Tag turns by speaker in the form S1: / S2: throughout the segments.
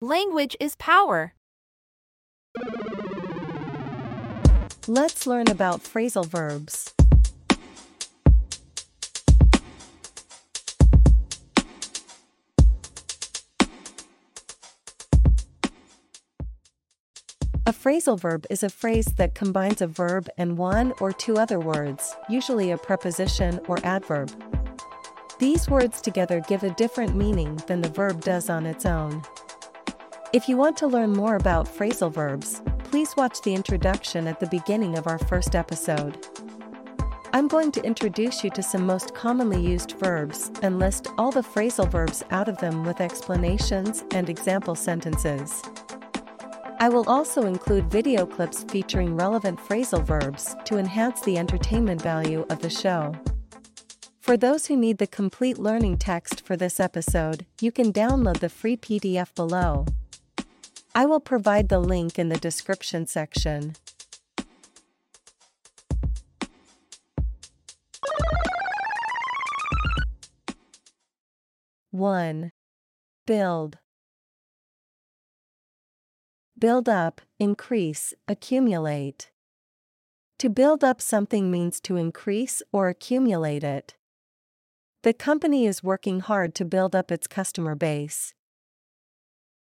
S1: Language is power.
S2: Let's learn about phrasal verbs. A phrasal verb is a phrase that combines a verb and one or two other words, usually a preposition or adverb. These words together give a different meaning than the verb does on its own. If you want to learn more about phrasal verbs, please watch the introduction at the beginning of our first episode. I'm going to introduce you to some most commonly used verbs and list all the phrasal verbs out of them with explanations and example sentences. I will also include video clips featuring relevant phrasal verbs to enhance the entertainment value of the show. For those who need the complete learning text for this episode, you can download the free PDF below. I will provide the link in the description section. One. Build. Build up, increase, accumulate. To build up something means to increase or accumulate it. The company is working hard to build up its customer base.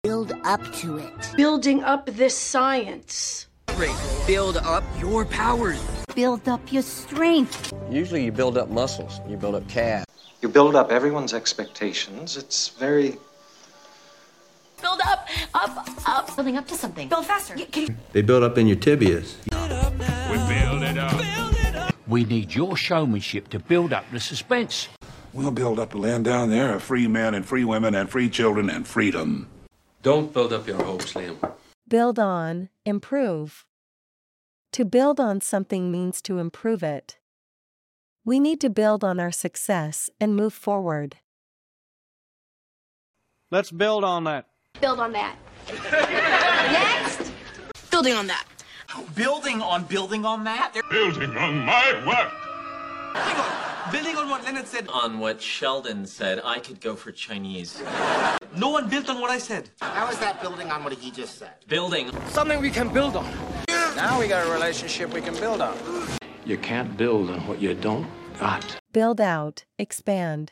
S3: Build up to it.
S4: building up this science.
S5: Build up your powers.
S3: Build up your strength.
S6: Usually you build up muscles, you build up calves.
S7: You build up everyone's expectations. It's very
S8: Build up, up, up. Oh, Building up to something. Build faster.
S9: They build up in your tibias.
S10: We need your showmanship to build up the suspense.
S11: We'll build up the land down there of free men and free women and free children and freedom.
S12: Don't build up your hopes, Liam.
S2: Build on, improve. To build on something means to improve it. We need to build on our success and move forward.
S13: Let's build on that.
S8: Build on that. Next. Building on that.
S5: Building on building on that.
S11: Building on my work.
S5: building on what Leonard said.
S12: On what Sheldon said, I could go for Chinese.
S5: No one built on what I said.
S3: How is that building on what he just said?
S12: Building.
S5: Something we can build on.
S6: Now we got a relationship we can build on.
S10: You can't build on what you don't got.
S2: Build out, expand.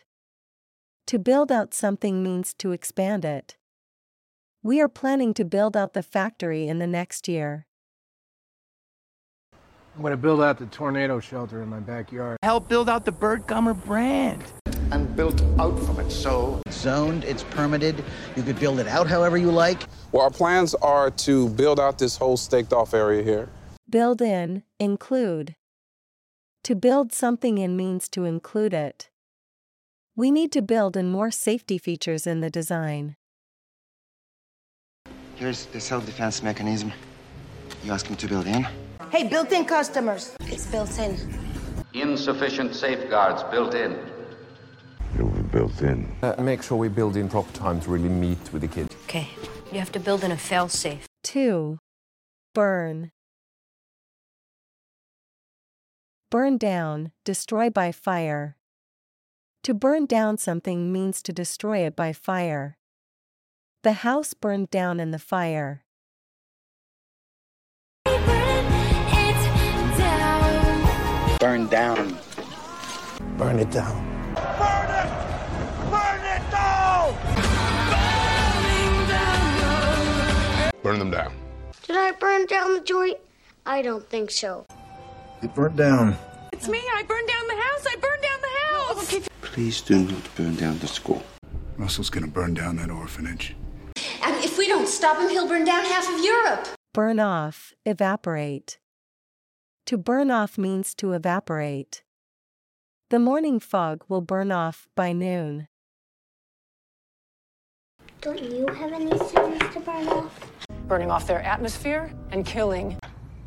S2: To build out something means to expand it. We are planning to build out the factory in the next year.
S13: I'm going to build out the tornado shelter in my backyard.
S5: Help build out the Birdgummer brand.
S9: And built out from it, so.
S5: Zoned, it's permitted. You could build it out however you like.
S9: Well, our plans are to build out this whole staked off area here.
S2: Build in, include. To build something in means to include it. We need to build in more safety features in the design.
S5: Here's the self defense mechanism. You ask him to build in.
S3: Hey, built in customers.
S8: It's built in.
S10: Insufficient safeguards built in.
S6: Uh, make sure we build in proper time to really meet with the kids.
S8: Okay. You have to build in a failsafe.
S2: 2. Burn. Burn down, destroy by fire. To burn down something means to destroy it by fire. The house burned down in the fire.
S5: Burn down.
S9: Burn it down. Burn them down.
S8: Did I burn down the joint? I don't think so.
S9: It burnt down.
S4: It's me. I burned down the house. I burned down the house.
S9: Please do not burn down the school.
S11: Russell's gonna burn down that orphanage.
S8: And if we don't stop him, he'll burn down half of Europe.
S2: Burn off, evaporate. To burn off means to evaporate. The morning fog will burn off by noon.
S8: Don't you have any students to burn off?
S4: Burning off their atmosphere and killing.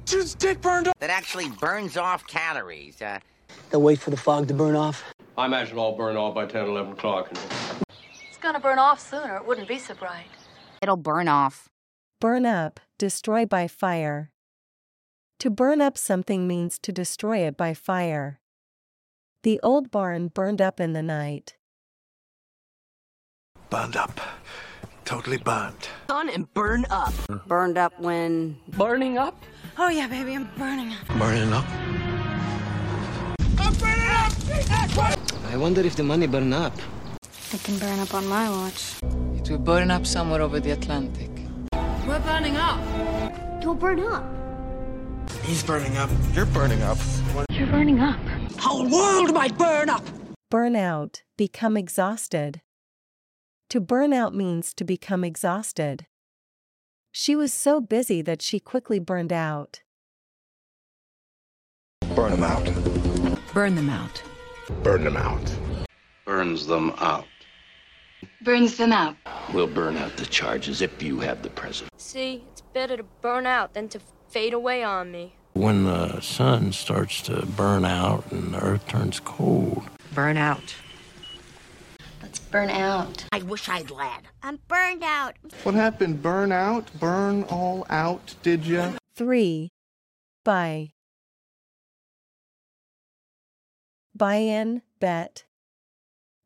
S3: That actually burns off calories. Uh,
S5: They'll wait for the fog to burn off.
S12: I imagine I'll burn all by 10, 11 o'clock.
S8: It's gonna burn off sooner. It wouldn't be so bright.
S3: It'll burn off.
S2: Burn up, destroy by fire. To burn up something means to destroy it by fire. The old barn burned up in the night.
S9: Burned up.
S11: Totally burned.
S14: On and burn up. Burned up when. Burning up? Oh, yeah, baby, I'm burning up.
S11: Burning up?
S15: I wonder if the money burn up.
S16: It can burn up on my watch.
S17: It will burn up somewhere over the Atlantic.
S18: We're burning up.
S16: You'll burn up.
S11: He's burning up. You're burning up.
S16: You're burning up.
S14: Whole world might burn up.
S2: Burn out, become exhausted. To burn out means to become exhausted. She was so busy that she quickly burned out.
S11: Burn them out.
S2: Burn them out.
S11: Burn them out.
S5: Burns them out.
S16: Burns them out.
S5: We'll burn out the charges if you have the president.
S16: See, it's better to burn out than to fade away on me.
S5: When the sun starts to burn out and the earth turns cold.
S14: Burn out.
S16: Let's burn out.
S14: I wish I'd led.
S16: I'm burned out.
S11: What happened? Burn out? Burn all out, did ya?
S2: 3. Buy. Buy in, bet.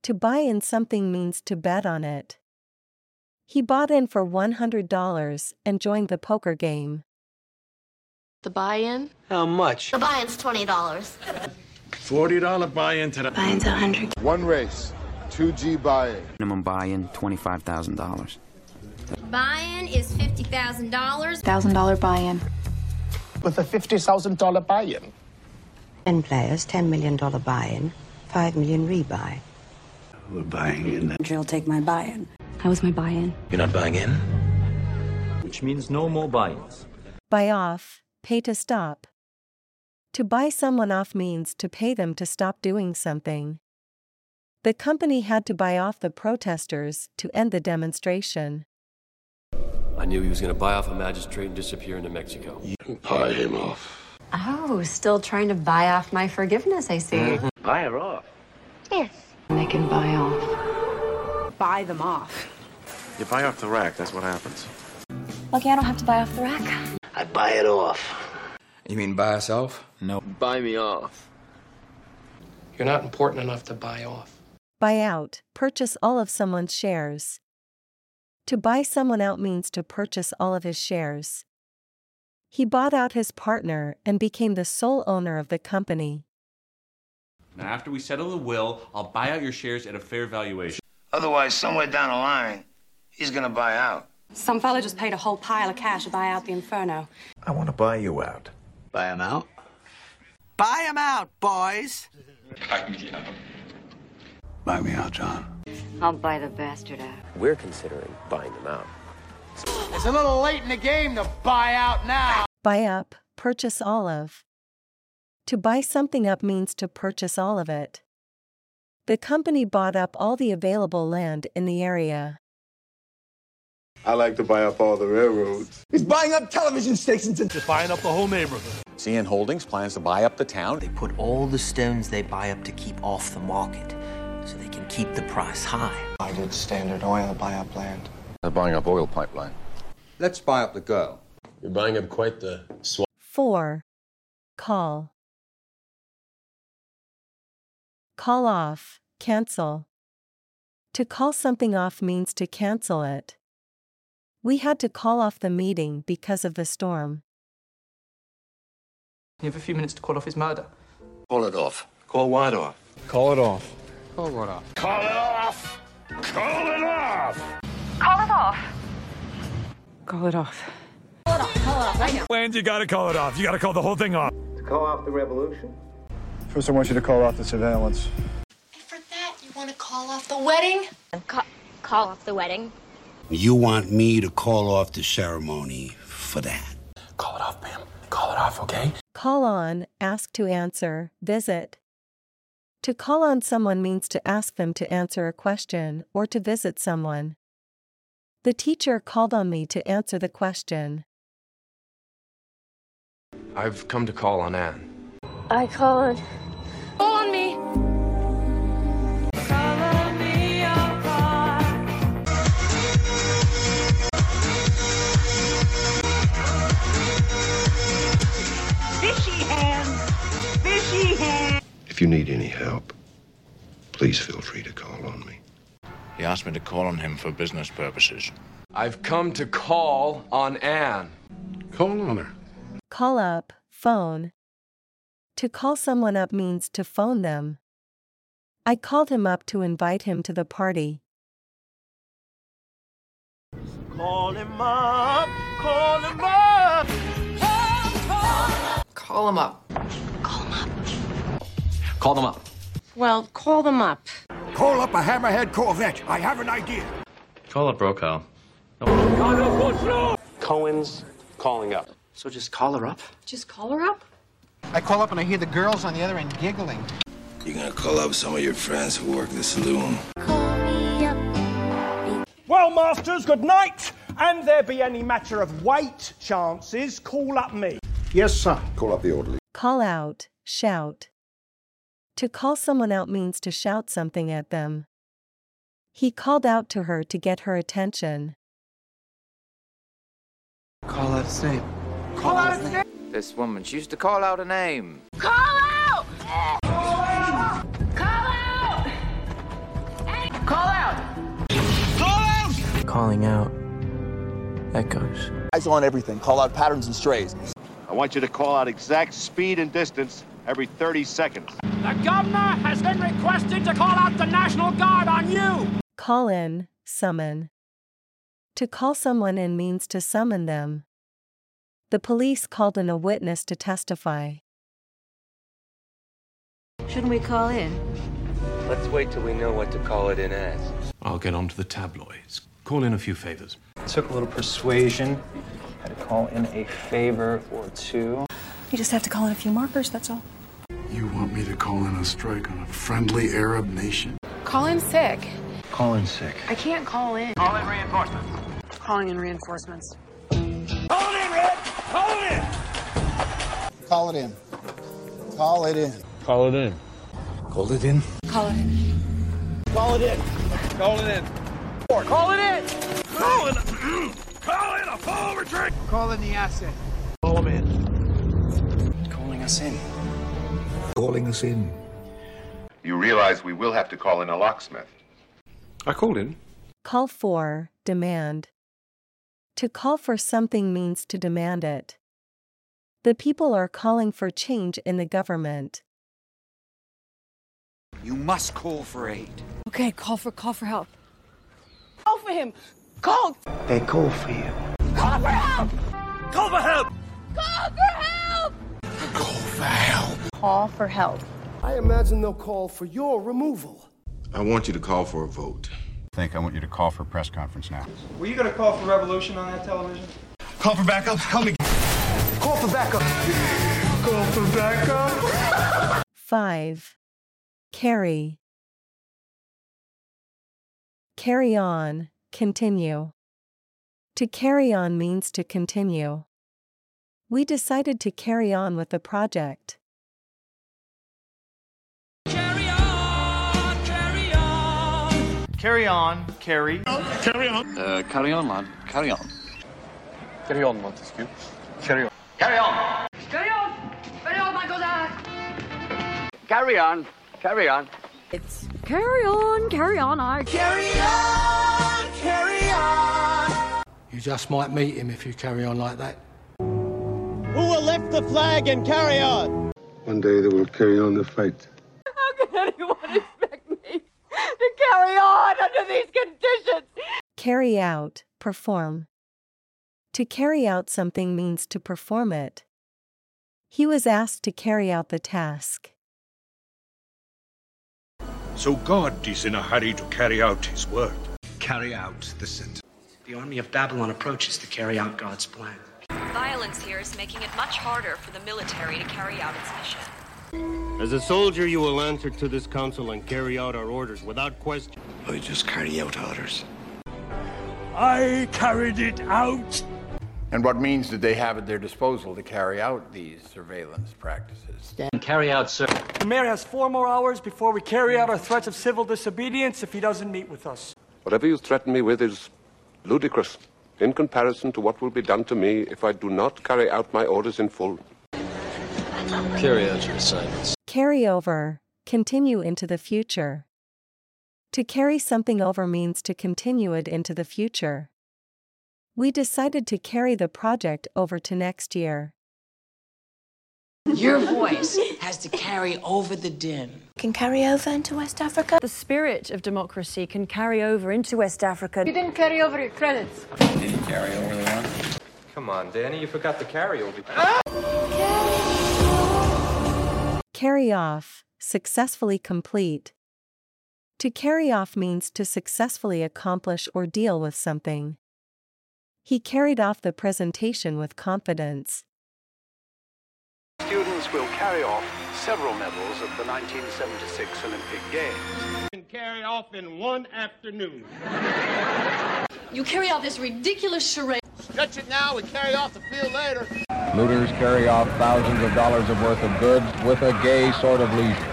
S2: To buy in something means to bet on it. He bought in for $100 and joined the poker game.
S8: The buy-in?
S11: How much?
S16: The buy-in's twenty dollars.
S11: Forty dollar buy-in to the
S16: Buy-in's a hundred.
S19: One race, two G buy-in.
S20: Minimum buy-in twenty-five thousand dollars.
S16: Buy-in is fifty thousand dollars.
S17: Thousand dollar buy-in.
S19: With a fifty thousand dollar buy-in.
S14: Ten players, ten million dollar buy-in, five million rebuy.
S5: We're buying in.
S14: Jill, take my buy-in.
S16: How was my buy-in?
S5: You're not buying in. Which means no more buy-ins.
S2: Buy off, pay to stop. To buy someone off means to pay them to stop doing something. The company had to buy off the protesters to end the demonstration.
S5: I knew he was going to buy off a magistrate and disappear into Mexico. You can buy him off.
S16: Oh, still trying to buy off my forgiveness, I see.
S14: Mm-hmm.
S5: Buy her off.
S16: Yes. They can buy off. Buy them off.
S19: You buy off the rack, that's what happens.
S16: Lucky I don't have to buy off the rack.
S5: I buy it off.
S21: You mean buy us off? No.
S5: Buy me off.
S22: You're not important enough to buy off.
S2: Buy out, purchase all of someone's shares. To buy someone out means to purchase all of his shares. He bought out his partner and became the sole owner of the company.
S23: Now, after we settle the will, I'll buy out your shares at a fair valuation.
S19: Otherwise, somewhere down the line, he's gonna buy out.
S16: Some fella just paid a whole pile of cash to buy out the Inferno.
S19: I want to buy you out.
S5: Buy him out?
S14: Buy him out, boys!
S5: Buy me out. Buy me out, John.
S16: I'll buy the bastard out.
S5: We're considering buying them out.
S14: It's a little late in the game to buy out now.
S2: Buy up, purchase all of. To buy something up means to purchase all of it. The company bought up all the available land in the area.
S19: I like to buy up all the railroads.
S14: He's buying up television stations and
S11: just buying up the whole neighborhood.
S21: CN Holdings plans to buy up the town.
S19: They put all the stones they buy up to keep off the market so they can keep the price high.
S15: Why did Standard Oil buy up land?
S19: They're buying up oil pipeline.
S21: Let's buy up the girl.
S5: You're buying up quite the swap.
S2: 4. Call. Call off, cancel. To call something off means to cancel it. We had to call off the meeting because of the storm.
S22: You have a few minutes to call off his murder.
S5: Call it off. Call what off?
S24: Call it off.
S21: Call what off?
S19: Call it off! Call it off!
S18: Call it off.
S14: Call it off.
S16: Call it off. Call it off. I know.
S11: Land, you gotta call it off. You gotta call the whole thing off.
S22: Call off the revolution?
S19: First, I want you to call off the surveillance.
S8: And for that, you want to call off the wedding?
S16: Ca- call off the wedding.
S5: You want me to call off the ceremony for that.
S21: Call it off, Pam. Call it off, okay?
S2: Call on, ask to answer, visit. To call on someone means to ask them to answer a question or to visit someone. The teacher called on me to answer the question.
S21: I've come to call on Anne.
S16: I call on.
S18: Call on me!
S19: If you need any help, please feel free to call on me.
S25: He asked me to call on him for business purposes.
S23: I've come to call on Anne. Call on her.
S2: Call up, phone. To call someone up means to phone them. I called him up to invite him to the party.
S5: Call him up. Call him up.
S8: Call him up.
S5: Call them up. Well, call them up.
S26: Call up a hammerhead Corvette. I have an idea.
S5: Call up Brokaw.
S27: Cohen's calling up. So just call her up.
S8: Just call her up?
S19: I call up and I hear the girls on the other end giggling.
S11: You're gonna call up some of your friends who work the saloon.
S5: Well, masters, good night. And there be any matter of weight chances, call up me.
S19: Yes, sir.
S28: Call up the orderly.
S2: Call out, shout. To call someone out means to shout something at them. He called out to her to get her attention.
S19: Call out Snape.
S5: Call out a
S19: This woman, she used to call out a name.
S5: Call out!
S8: Call out!
S29: Calling out echoes.
S30: Eyes on everything. Call out patterns and strays.
S31: I want you to call out exact speed and distance every 30 seconds.
S5: The governor has been requested to call out the National Guard on you!
S2: Call in, summon. To call someone in means to summon them. The police called in a witness to testify.
S8: Shouldn't we call in?
S19: Let's wait till we know what to call it in as.
S32: I'll get on to the tabloids. Call in a few favors.
S19: Took a little persuasion. Had to call in a favor or two.
S8: You just have to call in a few markers, that's all.
S33: You want me to call in a strike on a friendly Arab nation?
S8: Call in sick.
S19: Call in sick.
S8: I can't call in.
S31: Call in reinforcements.
S8: Calling in reinforcements.
S5: Hold it, Red! Hold it!
S19: Call it in. Call it in. Call it in. Call it in.
S8: Call it in.
S5: Call it in. Call it in. Call it in. Call it. Call it a full retreat.
S19: Call in the asset.
S5: Call him in.
S19: Calling us in.
S33: Calling us in.
S34: You realize we will have to call in a locksmith.
S23: I called in.
S2: Call for, demand. To call for something means to demand it. The people are calling for change in the government.
S19: You must call for aid.
S8: Okay, call for call for help.
S5: Call for him. Call.
S19: They call for you.
S5: Call for help. Call for help. Call for help.
S8: Call for help.
S5: I imagine they'll call for your removal.
S34: I want you to call for a vote.
S11: Think I want you to call for a press conference now.
S19: Were you gonna call for revolution on that television?
S34: Call for backup. Call me.
S19: Call for backup. Call for backup.
S2: 5. Carry. Carry on, continue. To carry on means to continue. We decided to carry on with the project.
S5: Carry on, carry.
S34: Carry on.
S32: Uh, carry on, lad. Carry on.
S19: Carry on, Montesquieu.
S32: Carry on.
S5: Carry on.
S8: Carry on! Carry on, my Cossack!
S5: Carry on. Carry on.
S8: It's carry on, carry on, I
S5: Carry on. Carry on.
S19: You just might meet him if you carry on like that.
S5: Who will lift the flag and carry on?
S33: One day they will carry on the fight.
S8: How could anyone expect me to carry on under these conditions?
S2: Carry out, perform. To carry out something means to perform it. He was asked to carry out the task.
S33: So God is in a hurry to carry out his word. Carry out the sentence.
S19: The army of Babylon approaches to carry out God's plan.
S14: Violence here is making it much harder for the military to carry out its mission.
S35: As a soldier, you will answer to this council and carry out our orders without question.
S11: I just carry out orders.
S19: I carried it out.
S11: And what means did they have at their disposal to carry out these surveillance practices?
S19: And carry out, sir.
S5: The mayor has four more hours before we carry out our threats of civil disobedience if he doesn't meet with us.
S14: Whatever you threaten me with is ludicrous in comparison to what will be done to me if I do not carry out my orders in full.
S32: Carry out your assignments.
S2: Carry over, continue into the future. To carry something over means to continue it into the future. We decided to carry the project over to next year.
S36: Your voice has to carry over the din.
S37: Can carry over into West Africa?
S14: The spirit of democracy can carry over into West Africa.
S38: You didn't carry over your credits.
S39: Didn't carry over the one.
S40: Come on, Danny, you forgot the carry over.
S2: Carry off, successfully complete. To carry off means to successfully accomplish or deal with something. He carried off the presentation with confidence.
S11: Students will carry off several medals at the 1976 Olympic Games.
S23: And carry off in one afternoon.
S8: you carry off this ridiculous charade.
S41: Stretch it now and carry off the field later.
S42: Looters carry off thousands of dollars of worth of goods with a gay sort of leisure.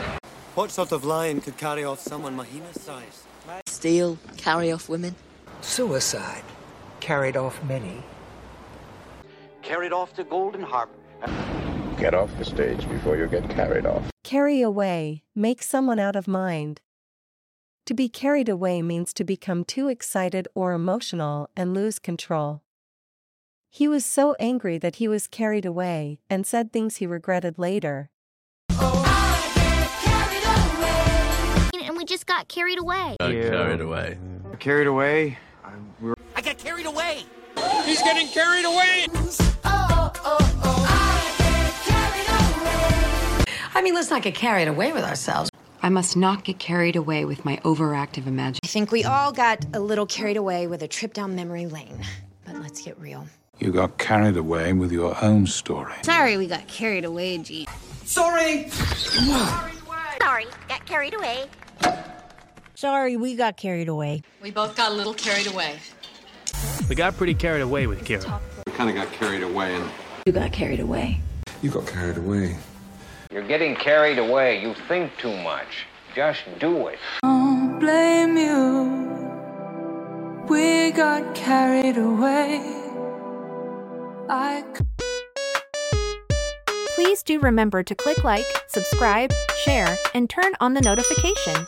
S5: What sort of lion could carry off someone Mahina's size?
S37: Steal, carry off women.
S19: Suicide. Carried off many.
S43: Carried off to Golden Harbor.
S44: Get off the stage before you get carried off.
S2: Carry away, make someone out of mind. To be carried away means to become too excited or emotional and lose control. He was so angry that he was carried away and said things he regretted later.
S45: just got carried away.
S46: Got yeah. carried away.
S47: Carried away.
S48: I got carried away.
S49: He's getting carried away.
S50: Oh, oh, oh, oh. I
S51: get carried away. I mean, let's not get carried away with ourselves.
S52: I must not get carried away with my overactive imagination. I
S53: think we all got a little carried away with a trip down memory lane. But let's get real.
S54: You got carried away with your own story.
S50: Sorry, we got carried away, G.
S48: Sorry.
S50: Sorry,
S45: Sorry, got carried away.
S50: Sorry, we got carried away.
S51: We both got a little carried away.
S54: We got pretty carried away with Kira.
S55: We kind of got carried away and.
S51: You got carried away.
S54: You got carried away.
S56: You're getting carried away. You think too much. Just do it.
S57: Don't blame you. We got carried away. I.
S16: Please do remember to click like, subscribe, share, and turn on the notification.